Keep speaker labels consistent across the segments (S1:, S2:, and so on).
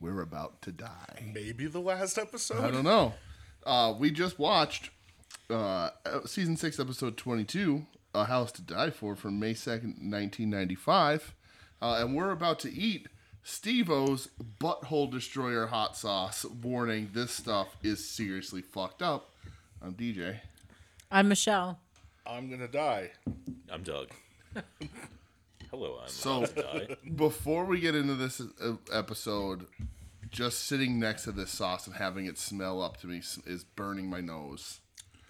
S1: we're about to die.
S2: Maybe the last episode.
S1: I don't know. Uh, we just watched uh, season six, episode twenty-two, "A House to Die For" from May second, nineteen ninety-five, uh, and we're about to eat Steve-O's butthole destroyer hot sauce. Warning: This stuff is seriously fucked up. I'm DJ.
S3: I'm Michelle.
S2: I'm gonna die.
S4: I'm Doug. Hello, I'm
S1: So-
S4: so, Guy.
S1: Before we get into this uh, episode, just sitting next to this sauce and having it smell up to me s- is burning my nose.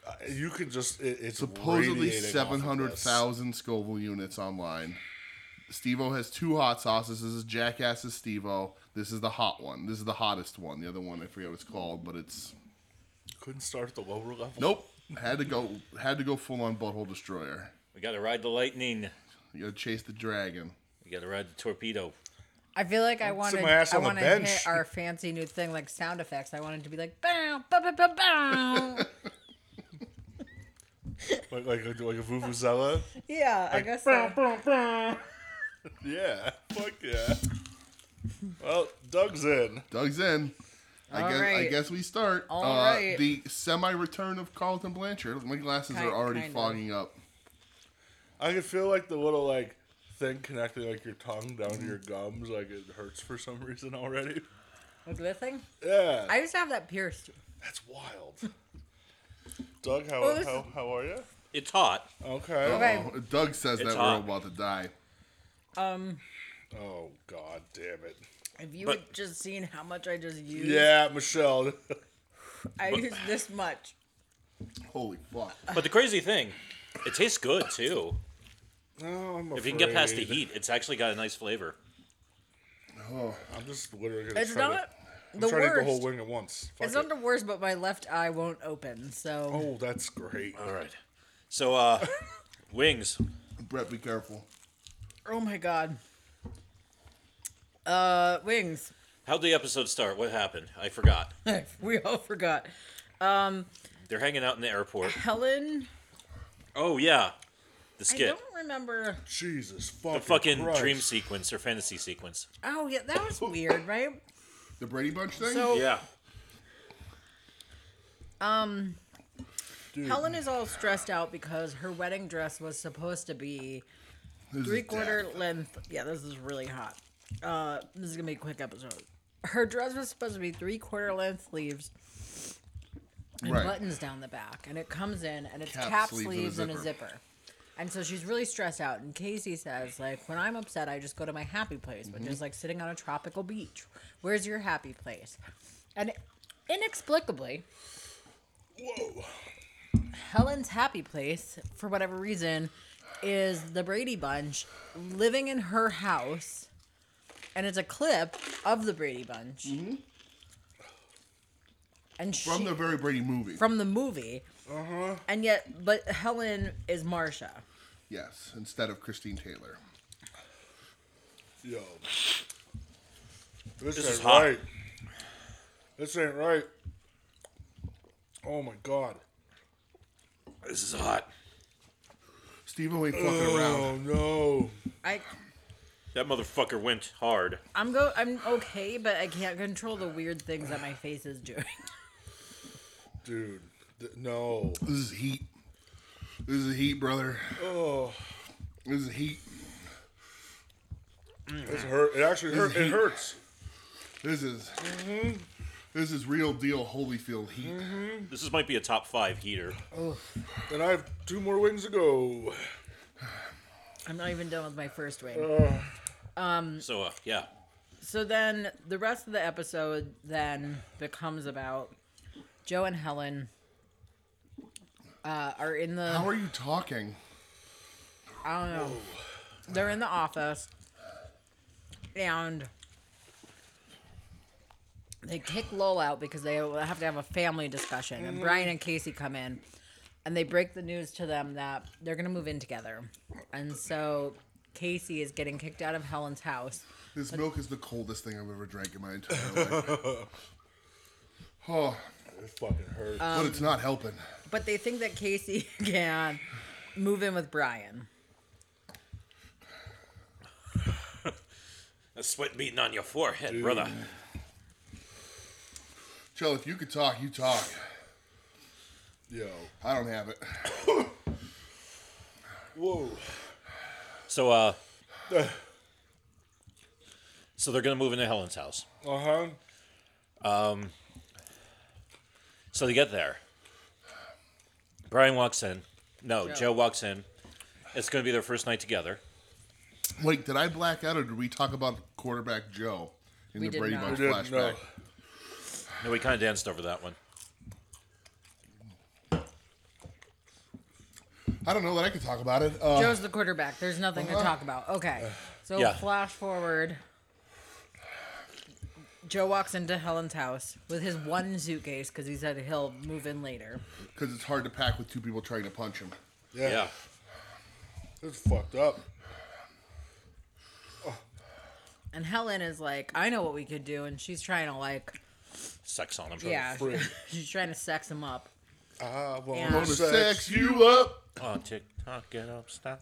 S2: Uh, You can just. It, it's
S1: supposedly
S2: radiating off of
S1: 700,000 Scoville units online. Stevo has two hot sauces. This is Jackass's Stevo. This is the hot one. This is the hottest one. The other one I forget what it's called, but it's
S2: this. Couldn't start at the lower level.
S1: nope. Had to go. Had to go full on butthole destroyer.
S4: We gotta ride the lightning.
S1: You gotta chase the dragon.
S4: We gotta ride the torpedo.
S3: I feel like I
S2: sit
S3: wanted
S2: my ass
S3: I
S2: on the
S3: want to
S2: bench.
S3: hit our fancy new thing like sound effects. I wanted to be like bow bow bow bow bow.
S2: Like like a, like a vuvuzela.
S3: yeah, I guess so.
S2: yeah. Fuck yeah. Well, Doug's in.
S1: Doug's in. I
S3: All
S1: guess, I
S3: right.
S1: guess we start.
S3: All
S1: uh,
S3: right.
S1: The semi-return of Carlton Blanchard. My glasses
S3: Ki-
S1: are already
S3: kind of.
S1: fogging up.
S2: I can feel like the little like thing connecting like your tongue down to your gums. Like it hurts for some reason already.
S3: Like this thing.
S2: Yeah.
S3: I used to have that pierced.
S2: That's wild. Doug, how,
S3: Well, this-
S2: how how are you?
S4: It's hot.
S2: Okay.
S3: Okay.
S1: Oh, Doug says
S4: It's
S1: that
S4: hot.
S1: we're about to die.
S3: Um,
S2: Oh god damn it.
S3: if you
S4: But-
S3: had just seen how much I just used,
S2: Yeah, Michelle.
S3: I used this much.
S1: Holy fuck!
S4: But the crazy thing, it tastes good too.
S2: Oh, I'm
S4: If you can get past the
S2: afraid.
S4: heat, it's actually got a nice flavor.
S2: I'm just literally gonna
S3: It's
S2: try
S3: not
S2: to,
S3: the
S2: try to eat the whole
S3: worst.
S2: wing at once. Fuck
S3: It's
S2: it.
S3: not the worst, but my left eye won't open. So
S2: oh, that's great.
S4: All right. So, uh, wings.
S1: Brett, be careful.
S3: oh my god. Uh, wings.
S4: How'd the episode start? What happened? I forgot.
S3: we all forgot.
S4: They're hanging out in the airport.
S3: Helen.
S4: Oh yeah, the
S3: I
S4: skit,
S3: don't remember.
S2: Jesus fucking
S4: the fucking
S2: Christ.
S4: dream sequence or fantasy sequence.
S3: Oh yeah, that was weird, right?
S1: The Brady Bunch thing.
S3: So
S4: Yeah.
S2: Dude,
S3: Helen is all stressed out because her wedding dress was supposed to be
S1: This is
S3: three quarter
S1: death.
S3: length. Yeah, this is really hot. Uh, this is gonna be a quick episode. Her dress was supposed to be three quarter length sleeves and
S1: Right.
S3: buttons down the back, and it comes in and it's
S1: Cap
S3: cap,
S1: sleeves
S3: sleeves,
S1: and a
S3: and a
S1: zipper.
S3: zipper. And so she's really stressed out. And Casey says, like, when I'm upset, I just go to my happy place, which
S1: Mm-hmm.
S3: is like sitting on a tropical beach. Where's your happy place? And inexplicably,
S2: Whoa.
S3: Helen's happy place, for whatever reason, is the Brady Bunch living in her house, and it's a clip of the Brady Bunch. And she,
S1: Mm-hmm. from the very Brady movie.
S3: from the movie.
S2: Uh-huh.
S3: And yet, but Helen is Marsha.
S1: yes, instead of Christine Taylor.
S2: Yo. This,
S4: This
S2: ain't
S4: is hot.
S2: right. This ain't right. Oh my god.
S4: This is hot.
S1: Steve ain't fucking around.
S2: Oh no.
S3: I,
S4: That motherfucker went hard.
S3: I'm go, I'm okay, but I can't control the weird things that my face is doing.
S2: Dude. Th- no.
S1: This is heat. This is heat, brother.
S2: Oh.
S1: This is heat.
S2: This hurt. It actually hurt. It hurts.
S1: This is this is real deal Holyfield heat.
S4: This is, might be a top five heater.
S2: And I have two more wings to go.
S3: I'm not even done with my first wing.
S4: So, uh, yeah.
S3: So then the rest of the episode then becomes about Joe and Helen uh, are in
S1: How
S3: the
S1: are you talking?
S3: I don't know they're in the office and they kick Lowell out because they have to have a family discussion
S1: Mm-hmm.
S3: and Brian and Casey come in and they break the news to them that they're gonna move in together and so Casey is getting kicked out of Helen's house
S1: This milk is the coldest thing I've ever drank in my entire life. Oh,
S2: It fucking hurts.
S4: Uh,
S1: but
S3: Um,
S1: it's not helping.
S3: But they think that Casey can move in with Brian.
S4: A sweat beating on your forehead, brother.
S1: Joe, if you could talk, you talk.
S2: Yo.
S1: I don't have it.
S2: Whoa.
S4: So, uh, so they're gonna move into Helen's house.
S2: Uh huh.
S4: So they get there. Brian walks in. No, Joe walks in. It's gonna be their first night together.
S1: Wait, did I black out or did we talk about quarterback Joe in
S3: We
S1: the
S3: did
S1: Brady
S3: not.
S1: Bunch
S2: We did, no.
S1: flashback?
S4: No, we kind of danced over that one.
S1: I don't know that I could talk about it. Uh,
S3: Joe's the quarterback. There's nothing to talk about. Okay. So
S4: Yeah.
S3: flash forward. Joe walks into Helen's house with his one suitcase because he said he'll move in later.
S1: because it's hard to pack with two people trying to punch him.
S2: Yeah.
S4: Yeah.
S2: It's fucked up.
S3: And Helen is like, I know what we could do. And she's trying to, like,
S4: Sex on him.
S3: yeah,
S2: Free.
S3: she's trying to sex him up.
S2: I want
S3: Yeah.
S1: Gonna sex you up.
S4: Oh, tick tock, get up, stop.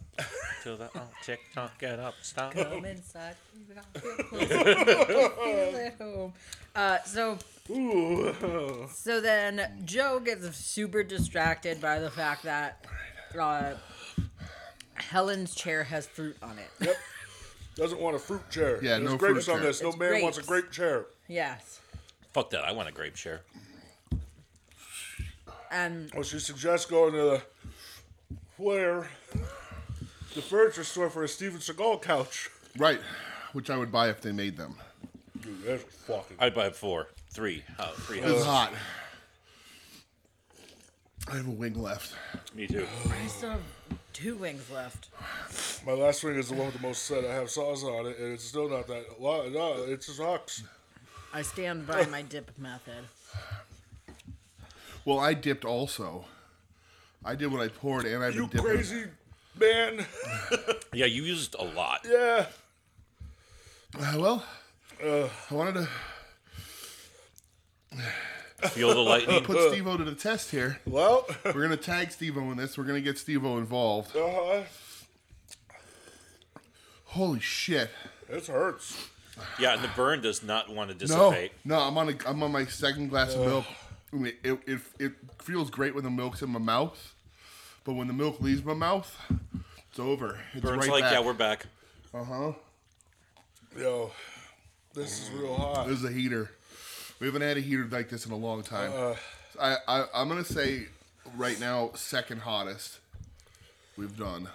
S4: To the oh, tick tock, get up, stop.
S3: Come inside. You got to feel close. Feel at home. Uh, so,
S2: Ooh.
S3: so then Joe gets super distracted by the fact that uh, Helen's chair has fruit on it.
S2: Yep. Doesn't want a fruit chair.
S1: Yeah,
S2: There's
S1: no
S2: grapes
S1: fruit
S2: on
S1: chair.
S2: this. No
S3: It's
S2: man wants a
S3: grapes.
S2: grape chair.
S3: Yes.
S4: Fuck that. I want a grape share.
S3: And
S2: Well, she suggests going to the where the furniture store for a Steven Seagal couch.
S1: Right, which I would buy if they made them.
S2: Dude, that's fucking.
S4: I'd buy four, three, oh, three.
S1: It's
S4: houses.
S1: hot. I have a wing left.
S4: Me too.
S3: I still have two wings left.
S2: My last ring is the one with the most set. I have sauce on it, and it's still not that. Well, no, it just sucks.
S3: I stand by my dip method.
S1: Well, I dipped also. I did what I poured, and I've been
S2: You
S1: dipping.
S2: crazy man.
S4: Yeah, you used a lot.
S2: Yeah.
S1: Uh, well, I wanted to
S4: Feel the lightning.
S1: put Steve O to the test here.
S2: Well, uh
S1: We're gonna tag Steve O in this. We're gonna get Steve O involved.
S2: huh.
S1: Holy shit!
S2: It hurts.
S4: Yeah, and the burn does not want to
S1: No,
S4: dissipate.
S1: no, I'm on a, I'm on my second glass of milk. I mean, it, it it feels great when the milk's in my mouth, but when the milk leaves my mouth, it's over. It's
S4: Burns
S1: right
S4: like,
S1: back.
S4: yeah, we're back.
S1: uh huh.
S2: Yo, this is real hot.
S1: This is a heater. We haven't had a heater like this in a long time. I, I I'm gonna say right now second hottest we've done.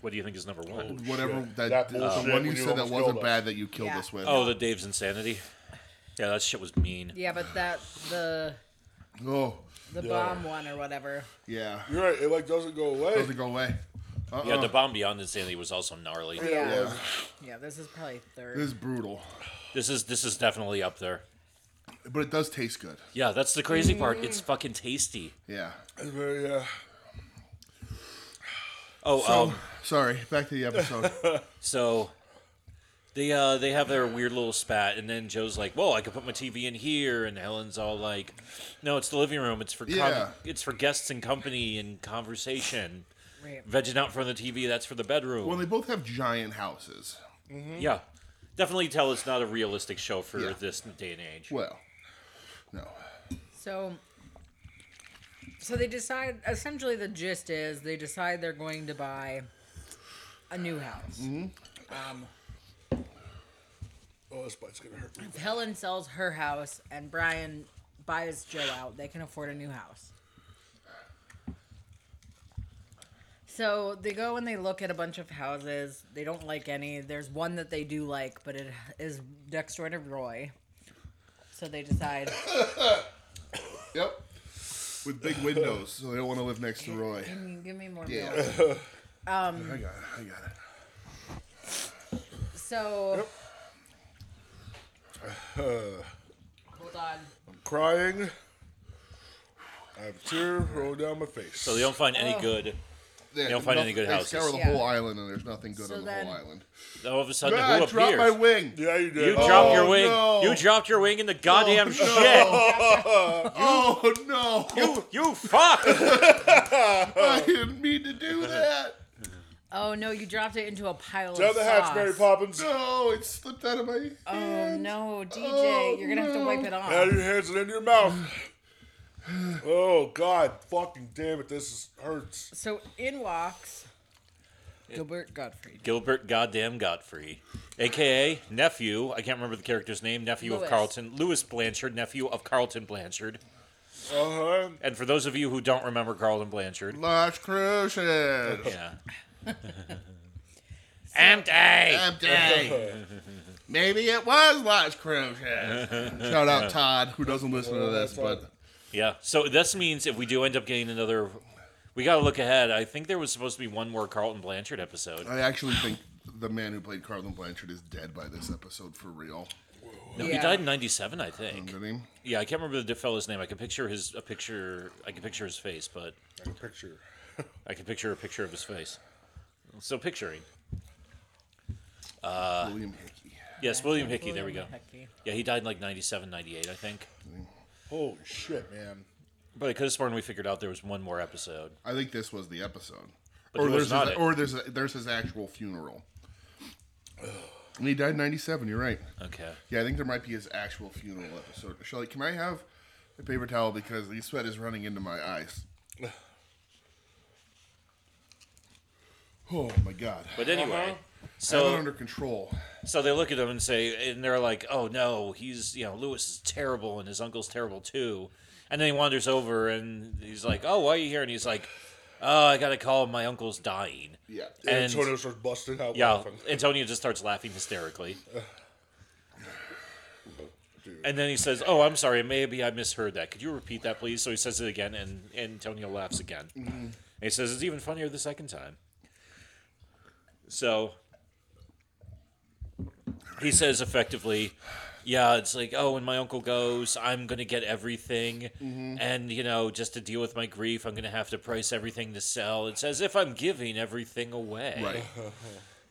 S4: What do you think is number one?
S1: Whatever
S2: Shit.
S1: that, the
S2: bullshit
S1: one
S2: when
S1: you said that
S2: almost
S1: wasn't
S2: killed us.
S1: bad that you killed
S3: Yeah.
S1: us with.
S4: Oh, the Dave's insanity. Yeah, that shit was mean.
S3: Yeah, but that the
S1: Oh,
S3: the bomb one or whatever.
S1: yeah.
S2: You're right. It like doesn't go away.
S1: Doesn't go away. Uh-uh.
S4: Yeah, the bomb beyond insanity was also gnarly.
S3: Yeah.
S2: It was.
S3: Yeah, this is probably third.
S1: This is brutal,
S4: This is this is definitely up there.
S1: but it does taste good.
S4: Yeah, that's the crazy part. It's fucking tasty.
S1: Yeah.
S2: It's very, uh,
S4: Oh, um,
S1: Sorry. Back to the episode.
S4: so they uh they have their weird little spat, and then Joe's like, "Whoa, I could put my TV in here," and Helen's all like, "No, it's the living room. It's for com-
S1: Yeah.
S4: it's for guests and company and conversation."
S3: Right.
S4: Vegging out in front of the TV. That's for the bedroom.
S1: well, they both have giant houses.
S4: yeah, definitely tell it's not a realistic show for
S1: Yeah.
S4: this day and age.
S1: Well, no.
S3: So so they decide essentially the gist is they decide they're going to buy a new house. Um,
S2: oh, this bite's gonna hurt. me.
S3: if Helen sells her house and Brian buys Joe out, they can afford a new house. So they go and they look at a bunch of houses. They don't like any. There's one that they do like, but it is next door to Roy. So they decide
S1: Yep. With big windows, so they don't want to live next to Roy.
S3: Can you "Hmm, give me more
S1: Yeah.
S3: milk? Um,
S1: I got it. I got it.
S3: So. Hold on.
S2: I'm crying. I have a tear rolling down my face.
S4: So they don't find any good.
S1: They,
S4: don't find any good
S1: they
S4: houses.
S1: scour the
S3: Yeah.
S1: whole island, and there's nothing good
S3: So
S1: on the
S3: then-
S1: whole island.
S4: All of a sudden,
S1: Ah, I
S4: who
S1: dropped my
S4: appears?
S1: wing.
S2: Yeah, you did.
S4: You
S2: Oh,
S4: dropped your wing.
S1: no.
S4: You dropped your wing in the goddamn shit.
S1: Oh no!
S4: You you fuck.
S1: I didn't mean to do that.
S3: Oh no, you dropped it into a pile
S2: Down
S3: of
S2: the
S3: sauce.
S2: hatch, Mary Poppins.
S1: No, it slipped out of my
S3: Oh
S1: hand.
S3: no, DJ,
S1: Oh,
S3: you're gonna have to wipe
S1: no.
S3: it off.
S2: Out of your hands and into your mouth. Oh God, fucking damn it! This is, hurts.
S3: So in walks Gilbert Gottfried.
S4: Gilbert Goddamn Godfrey, aka nephew. I can't remember the character's name. Nephew
S3: Louis.
S4: of Carlton Lewis Blanchard. Nephew of Carlton Blanchard.
S2: Uh huh.
S4: And for those of you who don't remember Carlton Blanchard,
S1: Last Crucian.
S4: yeah. Empty.
S1: Empty. Maybe it was Last Crucian. Shout out Todd, who doesn't listen to this, but
S4: Yeah. So this means if we do end up getting another, we got to look ahead. I think there was supposed to be one more Carlton Blanchard episode.
S1: I actually think the man who played Carlton Blanchard is dead by this episode for real.
S4: No, he
S3: Yeah.
S4: died in '97, I think.
S1: Didn't he?
S4: Yeah, I can't remember the fellow's name. I can picture his a picture. I can picture his face, but
S2: Like a picture.
S4: I can picture a picture of his face. So picturing. Uh.
S1: William Hickey.
S4: Yes, William Hickey. There we go.
S3: William Hickey.
S4: Yeah, he died in like 97, 98, I think.
S2: Holy shit, man.
S4: But I could have sworn we figured out there was one more episode.
S1: I think this was the episode.
S4: But
S1: or
S4: it was
S1: there's
S4: not
S1: his,
S4: it.
S1: or there's there's his actual funeral. And he died in '97. You're right.
S4: Okay.
S1: Yeah, I think there might be his actual funeral episode. Shelly, can I have a paper towel because the sweat is running into my eyes. Oh my god.
S4: But anyway,
S1: I have it
S4: so
S1: under control.
S4: So they look at him and say, and they're like, "Oh no, he's you know Lewis is terrible, and his uncle's terrible too." And then he wanders over and he's like, "Oh, why are you here?" And he's like, "Oh, I got to call him. My uncle's dying."
S1: Yeah.
S2: And
S4: And
S2: Antonio starts busting out
S4: yeah,
S2: laughing.
S4: Antonio just starts laughing hysterically,
S2: Dude.
S4: and then he says, "Oh, I'm sorry. Maybe I misheard that. Could you repeat that, please?" So he says it again, and, and Antonio laughs again.
S2: Mm-hmm.
S4: And he says, "It's even funnier the second time." So he says effectively, yeah, it's like, oh, when my uncle goes, I'm going to get everything.
S2: Mm-hmm.
S4: And, you know, just to deal with my grief, I'm going to have to price everything to sell. It's as if I'm giving everything away.
S1: Right.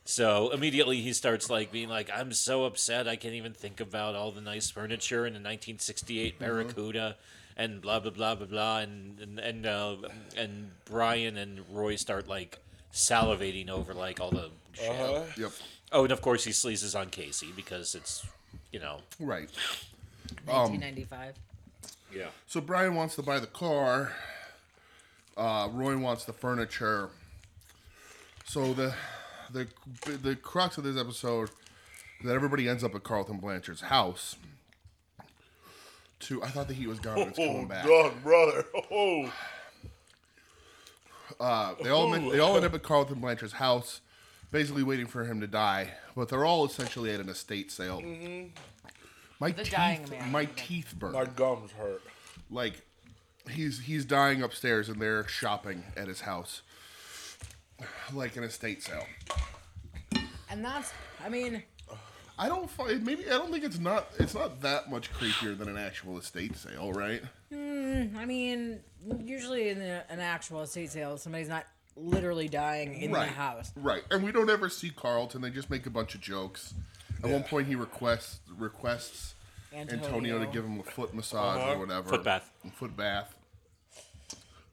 S4: So immediately he starts like being like, I'm so upset. I can't even think about all the nice furniture and the 1968 Barracuda and blah, blah, blah, blah, blah. And, and, and, uh, and Brian and Roy start like salivating over like all the shit.
S2: Uh-huh.
S1: Yep.
S4: Oh, and of course he sleazes on Casey because it's, you know.
S1: Right. Um,
S3: 1995.
S4: Yeah.
S1: So Brian wants to buy the car. Uh, Roy wants the furniture. So the the the crux of this episode is that everybody ends up at Carlton Blanchard's house. To I thought the heat was gone, but it's
S2: Oh,
S1: coming back.
S2: dog, brother. Oh,
S1: They all men- they all end up at Carlton Blanchard's house, basically waiting for him to die. But they're all essentially at an estate sale. My
S3: The
S1: teeth,
S3: dying man.
S1: my teeth burn.
S2: my gums hurt.
S1: like he's he's dying upstairs and they're shopping at his house like an estate sale
S3: And that's, I mean,
S1: i don't find maybe i don't think it's not it's not that much creepier than an actual estate sale right
S3: I mean, usually in the, an actual estate sale, somebody's not literally dying in
S1: right
S3: the house.
S1: right and we don't ever see carlton they just make a bunch of jokes at one point he requests requests antonio,
S3: Antonio.
S1: to give him a foot massage or whatever
S4: Uh-huh. Foot bath.
S1: foot bath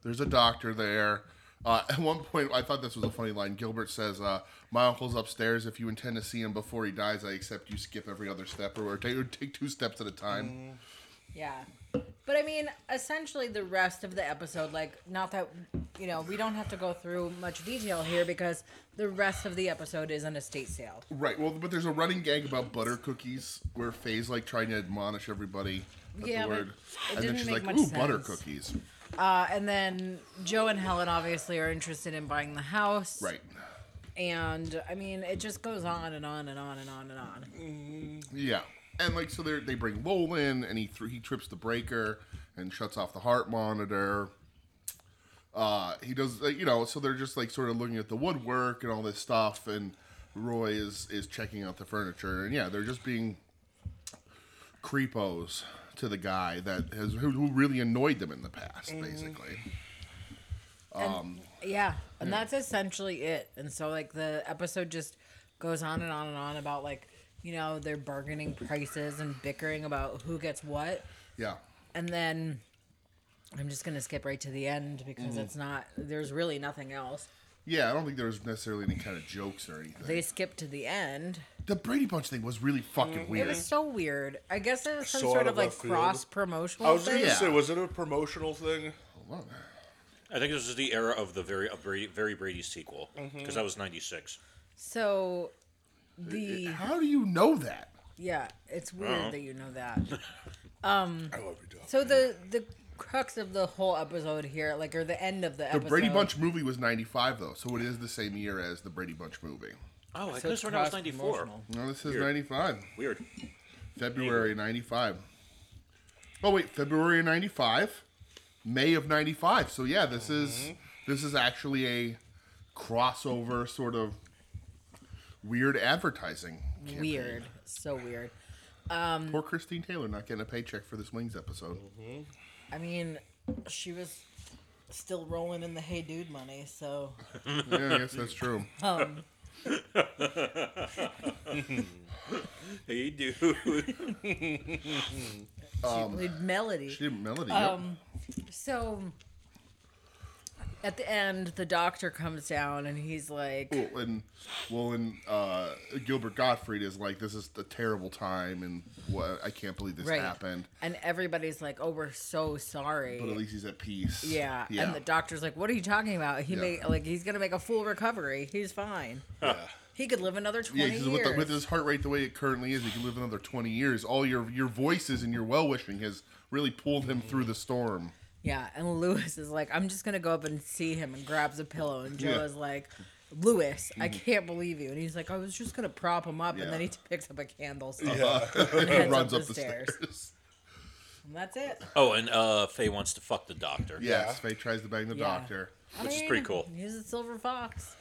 S1: there's a doctor there uh, at one point i thought this was a funny line gilbert says uh, my uncle's upstairs if you intend to see him before he dies i accept you skip every other step or, or take, or take two steps at a time
S3: Mm. Yeah. But I mean, essentially, the rest of the episode, like, not that, you know, we don't have to go through much detail here because the rest of the episode is an estate sale.
S1: Right. Well, but there's a running gag about butter cookies where Faye's like trying to admonish everybody. That's
S3: Yeah,
S1: the
S3: but
S1: word.
S3: it
S1: and then
S3: didn't
S1: she's
S3: make
S1: like,
S3: much
S1: "Ooh, butter
S3: sense."
S1: cookies."
S3: Uh, and then Joe and Helen obviously are interested in buying the house.
S1: Right.
S3: And I mean, it just goes on and on and on and on and on.
S1: Yeah. And like so, they they bring Lowell in, and he thr he trips the breaker and shuts off the heart monitor. Uh, he does, like, you know. So they're just like sort of looking at the woodwork and all this stuff, and Roy is is checking out the furniture, and yeah, they're just being creepos to the guy that has who, who really annoyed them in the past,
S3: Mm.
S1: basically.
S3: Yeah. And that's essentially it. And so, like, the episode just goes on and on and on about, like, you know, they're bargaining prices and bickering about who gets what.
S1: Yeah.
S3: And
S2: Mm-hmm.
S3: then I'm just going to skip right to the end because it's not, there's really nothing else.
S1: Yeah, I don't think there was necessarily any kind of jokes or anything.
S3: They skipped to the end.
S1: the Brady Bunch thing was really fucking weird.
S3: Mm, It was so weird. I guess it was some
S2: So out
S3: sort
S2: of
S3: of like
S2: left field.
S3: cross
S2: I
S3: promotional
S2: was gonna
S3: thing.
S1: Yeah.
S2: say, was it a promotional thing?
S1: Well,
S4: I think this is the era of the very of Brady, very Brady sequel because that was '96.
S3: So the
S1: How do you know that?
S3: yeah, it's weird
S4: Uh-huh.
S3: that you know that.
S2: I love you, dog.
S3: So the the crux of the whole episode here, like or the end of the,
S1: The
S3: episode,
S1: Brady Bunch movie was 95, though, so it is the same year as the Brady Bunch movie.
S4: Oh,
S3: So
S4: I could
S3: it's
S4: have sworn that was '94.
S3: cross-promotional.
S1: No, this is
S4: Weird.
S1: 95.
S4: Weird.
S1: February 95. Oh, wait, February of 95. May of 95. So, yeah, this is this is actually a crossover sort of weird advertising. campaign.
S3: Weird, so weird.
S1: Poor Christine Taylor not getting a paycheck for this Wings episode.
S3: I mean, she was still rolling in the hey dude money, so
S1: Yeah, I guess that's true.
S4: Hey, dude.
S3: she played melody.
S1: Um, She did Melody. yep.
S3: so at the end, the doctor comes down and he's like,
S1: Well, and well, and uh, Gilbert Gottfried is like, "This is a terrible time, and what I can't believe this
S3: Right.
S1: happened."
S3: and everybody's like, "Oh, we're so sorry."
S1: But at least he's at peace.
S3: yeah.
S1: yeah.
S3: and the doctor's like, "What are you talking about? He
S1: Yeah.
S3: may like he's gonna make a full recovery. He's fine. He could live another twenty
S1: Yeah, because
S3: years."
S1: with, the- with his heart rate the way it currently is, he could live another 20 years. All your your voices and your well wishing has really pulled him through the storm.
S3: Yeah, and Lewis is like, I'm just gonna go up and see him and grabs a pillow and Joe
S1: Yeah. Mm-hmm.
S3: is like, Lewis, I can't believe you. And he's like, I was just gonna prop him up,
S1: Yeah.
S3: and then he picks up a candle so
S1: and
S3: heads
S1: runs up, the stairs.
S3: And that's it.
S4: Oh, and uh, Faye wants to fuck the doctor.
S1: Yes, Faye tries to bang the
S3: Yeah.
S1: doctor.
S3: I
S4: Which is pretty cool.
S3: He's a silver fox.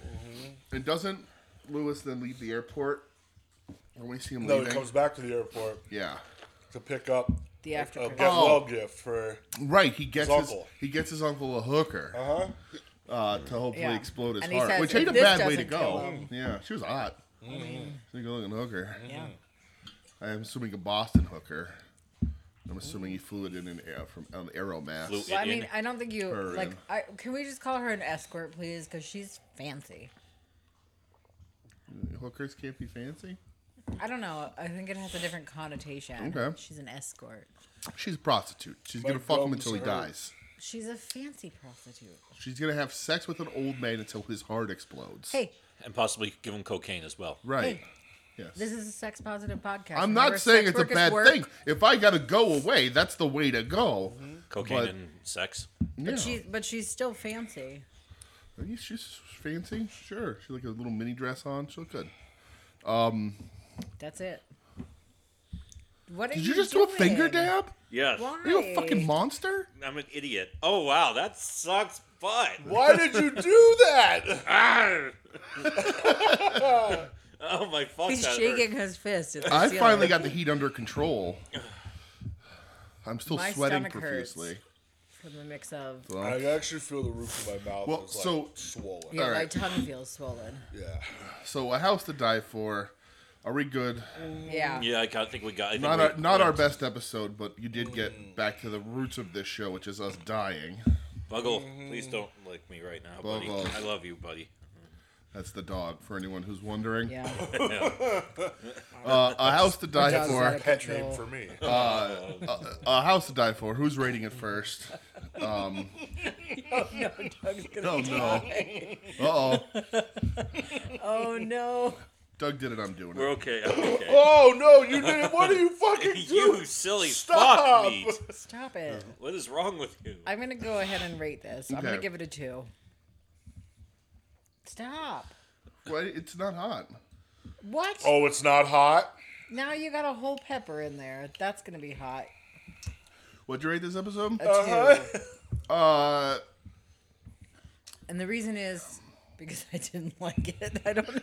S1: And doesn't Lewis then leave the airport? When we see him
S2: No, he
S1: leaving?
S2: comes back to the airport
S1: yeah.
S2: to pick up
S3: The after
S2: a
S3: credit.
S2: get
S1: Oh.
S2: well gift for.
S1: Right, he gets his,
S2: His uncle.
S1: he gets his uncle a hooker
S2: Huh?
S1: uh, to hopefully
S3: Yeah.
S1: explode his
S3: And he
S1: heart,
S3: says,
S1: which
S3: "If
S1: ain't a
S3: this
S1: bad way to
S3: doesn't kill
S1: go.
S3: him- mm-hmm.
S1: Yeah, she was hot. She's a good-looking hooker.
S3: Yeah.
S1: I'm assuming a Boston hooker. I'm assuming he flew it in an air from an aero mass.
S4: Flew it.
S3: Well, I
S4: Indian.
S3: mean, I don't think you
S1: Her
S3: like.
S1: in.
S3: I, can we just call her an escort, please? Because she's fancy.
S1: Hookers can't be fancy.
S3: I don't know. I think it has a different connotation.
S1: Okay.
S3: She's an escort.
S1: She's a prostitute. She's gonna
S2: My
S1: fuck him
S2: thumbs
S1: until he
S2: hurt.
S1: dies.
S3: She's a fancy prostitute.
S1: She's gonna have sex with an old man until his heart explodes.
S3: Hey,
S4: uh, and possibly give him cocaine as well.
S1: right?
S3: hey.
S1: Yes.
S3: this is a sex positive podcast.
S1: I'm
S3: Remember,
S1: not saying
S3: sex
S1: it's a
S3: work is
S1: bad
S3: work.
S1: thing. If I gotta go away, that's the way to go.
S4: Cocaine
S1: But-
S4: and sex.
S1: Yeah.
S3: But she's but she's still fancy.
S1: I guess she's fancy. Sure. She like a little mini dress on. She look good.
S3: That's it. What are
S1: Did you just do a finger dab?
S4: Yes.
S3: Why?
S1: Are you a fucking monster?
S4: I'm an idiot. Oh wow, that sucks butt.
S2: Why did you do that?
S4: Oh my fuck.
S3: He's
S4: that
S3: shaking
S4: hurt.
S3: his fist. At the
S1: I
S3: ceiling.
S1: finally got the heat under control. I'm still
S3: My
S1: sweating
S3: stomach hurts.
S1: profusely.
S3: from the mix of
S2: I actually feel the roof of my mouth
S1: Well,
S2: is like
S1: so-
S2: swollen.
S3: yeah, my
S1: right.
S3: tongue feels swollen.
S2: Yeah.
S1: So a house to die for. Are we good?
S3: Mm. Yeah.
S4: Yeah, I can't think we got. I think
S1: Not
S4: we-
S1: our, not our best episode, but you did get back to the roots of this show, which is us dying.
S4: Buggle, please don't lick me right now, buddy.
S1: Buggle.
S4: I love you, buddy.
S1: That's the dog for anyone who's wondering.
S3: Yeah.
S1: Uh, a house to die
S3: dog's
S1: for.
S3: like-
S2: Pet
S3: Control.
S2: name for me.
S1: A house to die for. Who's rating it first? Um, Oh no. Uh oh.
S3: oh no.
S1: Doug did it. I'm doing
S4: We're
S1: it.
S4: okay. I'm okay.
S2: oh no, you did it. What are you fucking doing?
S4: you silly
S2: Stop.
S4: fuck meat.
S3: Stop it.
S4: What is wrong with you?
S3: I'm gonna go ahead and rate this. I'm gonna
S1: Okay.
S3: give it a two. Stop.
S1: Well, it's not hot.
S3: What?
S2: Oh, it's not hot.
S3: Now you got a whole pepper in there. That's gonna be hot.
S1: What'd you rate this episode?
S3: A
S2: Uh-huh.
S3: two.
S1: Uh,
S3: And the reason is because I didn't like it. I don't.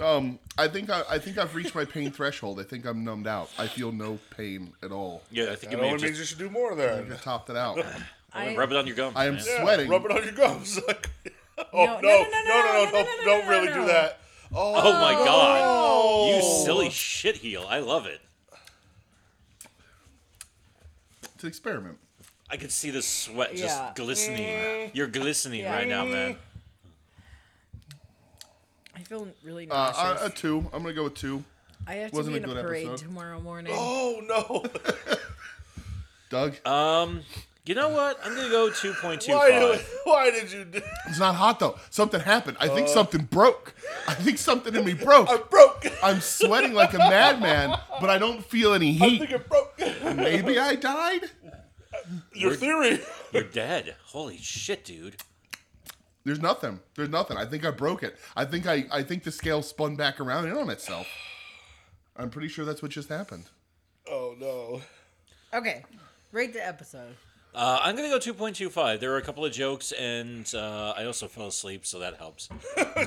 S1: um, I think I, I think I've reached my pain threshold. I think I'm numbed out. I feel no pain at all.
S4: Yeah, I think you
S2: That
S4: may have
S2: only means
S4: just
S2: you should do more then.
S1: I topped it out.
S3: I,
S4: rub it on your gum.
S1: I am
S4: man.
S2: Yeah,
S1: sweating.
S2: Rub it on your gums. Like, oh
S3: No,
S2: no,
S3: no,
S2: no,
S3: no,
S2: no,
S3: no,
S2: no,
S3: no, no,
S2: no!
S3: no, no,
S2: Don't
S3: no,
S2: really
S3: no.
S2: do that. Oh,
S4: Oh my god,
S2: no.
S4: you silly shit heel. I love it.
S1: It's an experiment.
S4: I could see the sweat just
S3: Yeah. Eh.
S4: glistening. You're glistening
S3: Yeah. Eh.
S4: right now, man.
S3: I feel really
S1: Uh,
S3: nauseous.
S1: I- a two. I'm gonna go with two.
S3: I have to
S1: wasn't
S3: be
S1: a
S3: in a
S1: good
S3: parade
S1: episode.
S3: tomorrow morning.
S2: Oh no!
S1: Doug,
S4: Um, you know what? I'm gonna go two point two
S2: Why did,
S4: five.
S2: why did you do?
S1: it's not hot though. Something happened. I think something broke. I think something in me broke.
S2: I broke.
S1: I'm sweating like a madman, but I don't feel any
S2: I
S1: heat.
S2: think it broke.
S1: Maybe I died.
S2: Your theory.
S4: You're dead. Holy shit, dude.
S1: There's nothing. There's nothing. I think I broke it. I think I. I think the scale spun back around in on itself. I'm pretty sure that's what just happened.
S2: Oh no!
S3: Okay, rate the episode.
S4: Uh, I'm gonna go two point two five. There were a couple of jokes, and uh, I also fell asleep, so that helps.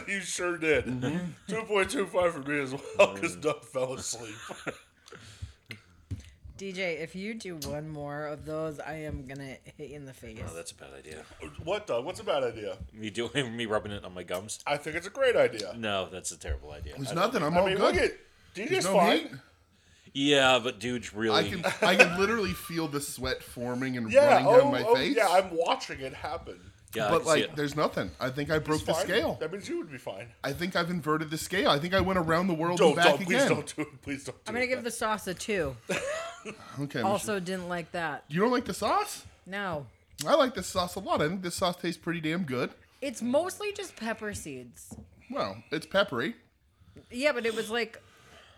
S2: You sure did.
S1: Mm-hmm.
S2: point two five for me as well because
S1: Mm.
S2: Doug fell asleep.
S3: DJ, if you do one more of those, I am gonna hit you in the face.
S4: Oh, that's a bad idea.
S2: what Doug? What's a bad idea?
S4: Me doing me rubbing it on my gums.
S2: I think it's a great idea.
S4: No, that's a terrible idea.
S1: There's
S4: I-
S1: nothing. I'm
S2: I
S1: all
S2: mean,
S1: good.
S2: look at DJ's
S1: There's no
S2: fine.
S1: heat.
S4: Yeah, but dude,
S1: I
S4: really.
S1: can. I can literally feel the sweat forming and
S2: Yeah.
S1: running
S2: Oh,
S1: down my
S2: oh,
S1: face.
S2: yeah. I'm watching it happen.
S4: yeah, I
S1: but
S4: can see
S1: like,
S4: it.
S1: there's nothing. I think I broke
S2: It's
S1: the
S2: fine.
S1: scale.
S2: That means you would be fine.
S1: I think I've inverted the scale. I think I went around the world
S2: Don't,
S1: and back
S2: don't, please
S1: again.
S2: don't do it. Please don't do
S3: I'm gonna
S2: it.
S3: give the sauce a two.
S1: Okay.
S3: Also, didn't like that.
S1: you don't like the sauce?
S3: No,
S1: I like this sauce a lot. I think this sauce tastes pretty damn good.
S3: it's mostly just pepper seeds.
S1: Well, it's peppery.
S3: Yeah, but it was like.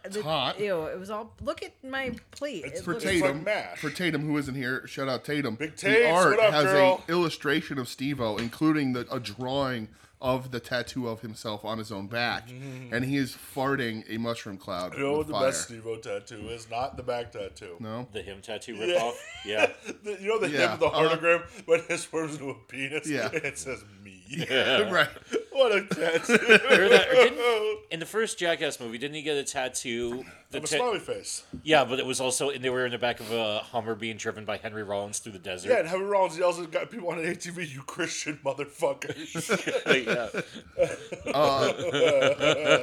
S3: It's
S1: hot.
S3: Ew, it was all. Look at my plate.
S2: It's
S3: It
S1: For
S3: looks-
S2: It's like
S1: Tatum,
S2: mash.
S1: for Tatum, who isn't here, shout out Tatum.
S2: Big
S1: the
S2: Tates,
S1: art
S2: what up,
S1: has
S2: girl?
S1: a illustration of Steve-O, including the, a drawing of the tattoo of himself on his own back, and he is farting a mushroom cloud.
S2: You know what
S1: with
S2: Mm-hmm. the
S1: fire.
S2: best Steve-O tattoo is? Not the back tattoo.
S1: No,
S4: the him tattoo ripoff. Yeah.
S2: The- you know the
S1: Yeah,
S2: hip of the
S1: uh-huh.
S2: heartogram, but it swerves into a penis.
S1: Yeah.
S2: and it says me.
S1: right?
S2: what a tattoo!
S4: Or that- or didn't- in the first Jackass movie, didn't he get a tattoo? The
S2: I'm a
S4: ta-
S2: smiley face.
S4: yeah, but it was also, and they were in the back of a Hummer being driven by Henry Rollins through the desert.
S2: Yeah, and Henry Rollins yells at guy- people on an ATV, "You Christian motherfuckers!"
S4: yeah.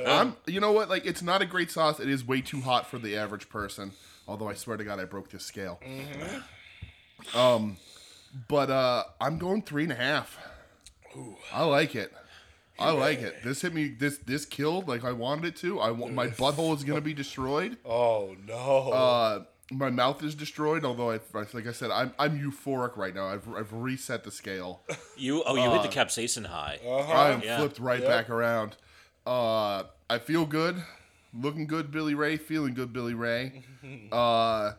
S1: I'm. You know what? Like, it's not a great sauce. It is way too hot for the average person. Although I swear to God, I broke this scale. Um, but uh, I'm going three and a half. I like it. I like it. This hit me. This this killed like I wanted it to. I want my butthole is gonna be destroyed.
S2: oh no!
S1: Uh, my mouth is destroyed. Although I, I like I said, I'm I'm euphoric right now. I've I've reset the scale.
S4: You oh you hit the capsaicin high.
S1: I am
S4: Yeah.
S1: flipped right back around. Uh, I feel good, looking good, Billy Ray. Feeling good, Billy Ray. uh,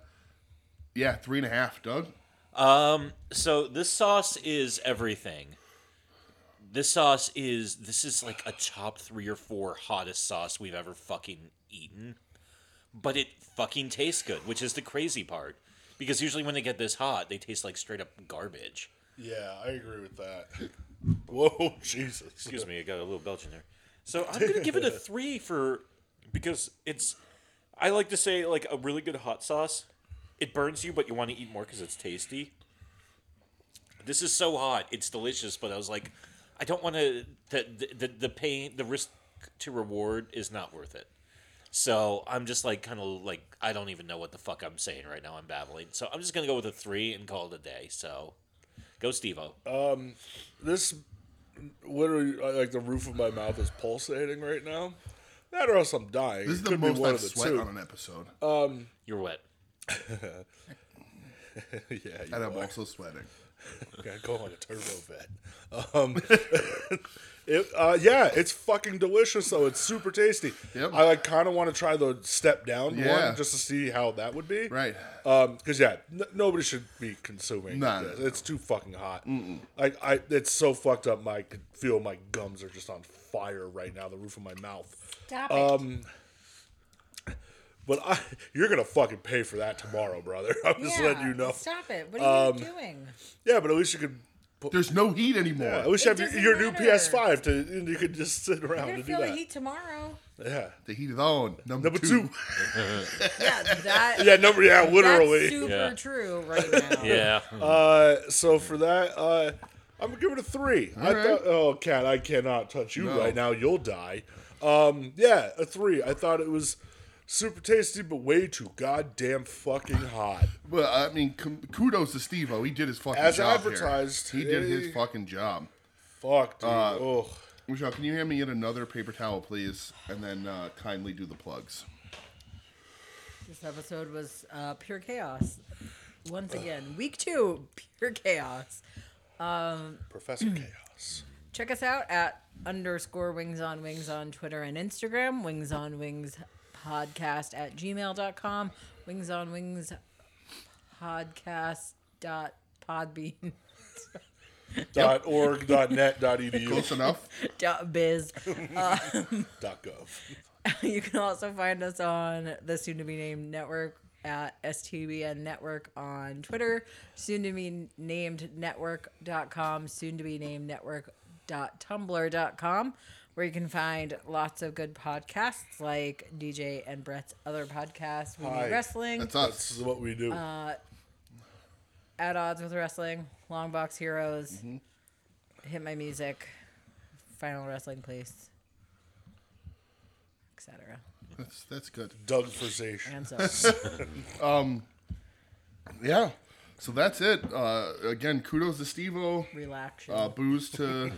S1: yeah, three and a half, Doug.
S4: Um, so this sauce is everything. This sauce is this is like a top three or four hottest sauce we've ever fucking eaten, but it fucking tastes good, which is the crazy part. Because usually when they get this hot, they taste like straight up garbage.
S2: yeah, I agree with that. Whoa, Jesus!
S4: Excuse me, I got a little belch in there. So I'm gonna give it a three for because it's. I like to say like a really good hot sauce. It burns you, but you want to eat more because it's tasty. This is so hot; it's delicious. But I was like, I don't want to. The, the the pain, the risk to reward is not worth it. So I'm just like kind of like I don't even know what the fuck I'm saying right now. I'm babbling. So I'm just gonna go with a three and call it a day. So, go Stevo.
S2: This literally, I- like the roof of my mouth is pulsating right now. That or else I'm dying.
S1: This is
S2: It
S1: the
S2: could be
S1: most
S2: one
S1: I've
S2: of the
S1: sweat
S2: two. Uh,
S1: on an episode,
S4: You're wet.
S2: yeah, you
S1: and I'm
S2: are.
S1: also sweating.
S2: Gotta go on a turbo vet. Um, it, uh, yeah, it's fucking delicious though. It's super tasty.
S1: Yep.
S2: I like kind of want to try the step down
S1: Yeah.
S2: one just to see how that would be.
S1: Right.
S2: Um, because yeah, n- nobody should be consuming
S1: No,
S2: this.
S1: no, no.
S2: It's too fucking hot. Like I, it's so fucked up. My, I could feel my gums are just on fire right now. The roof of my mouth.
S3: Stop it.
S2: But I, you're gonna fucking pay for that tomorrow, brother. I'm just letting you know.
S3: Stop it. What are you doing?
S2: Yeah, but at least you could. Put,
S1: There's no heat anymore.
S2: yeah, at least
S3: It
S2: you have
S3: doesn't
S2: your, your new
S3: matter.
S2: PS5 to, and you could just sit around
S3: You're
S2: to
S3: gonna
S2: do
S3: feel the
S2: that.
S3: heat tomorrow.
S2: Yeah.
S1: The heat is on. Number,
S2: Number
S1: two.
S2: two.
S3: Yeah, that,
S2: Yeah, number yeah,
S3: that's
S2: literally.
S3: super
S4: Yeah.
S3: true right now.
S4: Yeah.
S2: Uh, so for that, uh, I'm gonna give it a three. I
S1: right.
S2: thought, oh, cat, I cannot touch you
S1: No.
S2: right now. You'll die. Um, yeah, a three. I thought it was Super tasty, but way too goddamn fucking hot.
S1: Well, I mean, com- kudos to Steve O. He did his fucking
S2: As
S1: job.
S2: advertised,
S1: here. he did
S2: hey.
S1: his fucking job.
S2: Fuck, dude.
S1: Uh,
S2: Ugh.
S1: Michelle, can you hand me yet another paper towel, please? And then uh, kindly do the plugs.
S3: This episode was uh, pure chaos. Once again, week two, pure chaos.
S2: Professor Chaos.
S3: Check us out at underscore wings on wings on Twitter and Instagram, wings on wings podcast at gmail.com, wings on wings podcast dot podbean
S2: Dot org. Dot net. Dot edu.
S1: Close enough.
S3: dot biz.
S2: Dot gov.
S3: You can also find us on the soon to be named network at STBN Network on Twitter, soon to be named network.com, soon to be named network.tumblr.com, where you can find lots of good podcasts like DJ and Brett's other podcast, We
S2: Hi.
S3: Need Wrestling,
S1: That's us.
S2: This is what we do.
S3: At Odds with Wrestling, Long Box Heroes,
S1: Mm-hmm.
S3: Hit My Music, Final Wrestling Place, etc.
S1: That's that's good.
S2: Doug Versation.
S3: And so.
S1: Yeah. So that's it. Uh, again, kudos to Steve O.
S3: Relax.
S1: Uh, booze to,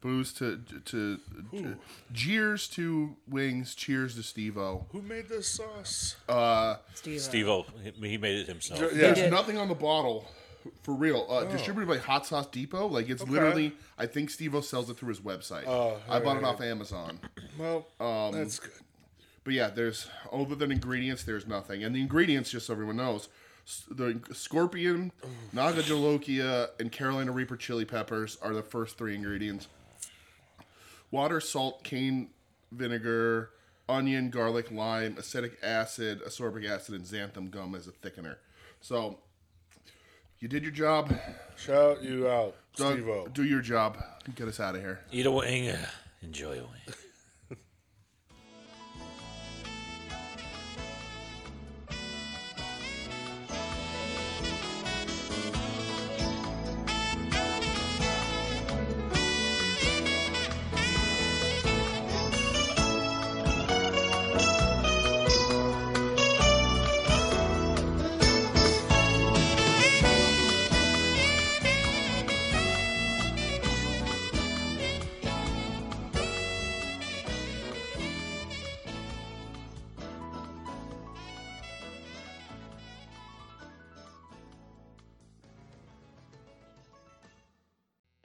S1: booze to to, to jeers to wings. Cheers to Steve O.
S2: Who made this sauce?
S1: Uh,
S3: Steve.
S4: Steve O. He made it himself.
S2: yeah.
S1: There's nothing on the bottle, for real. Uh, Distributed by Hot Sauce Depot. Like it's literally. I think Steve O sells it through his website. I bought it off Amazon.
S2: Well,
S1: um,
S2: that's good.
S1: But yeah, there's other than ingredients, there's nothing. And the ingredients, just so everyone knows, s- the scorpion, naga jalokia, and Carolina Reaper chili peppers are the first three ingredients. Water, salt, cane vinegar, onion, garlic, lime, acetic acid, ascorbic acid, and xanthan gum as a thickener. So you did your job.
S2: Shout you out,
S1: Doug,
S2: Steve O.
S1: do your job. Get us out of here.
S4: Eat a wing. Enjoy a wing.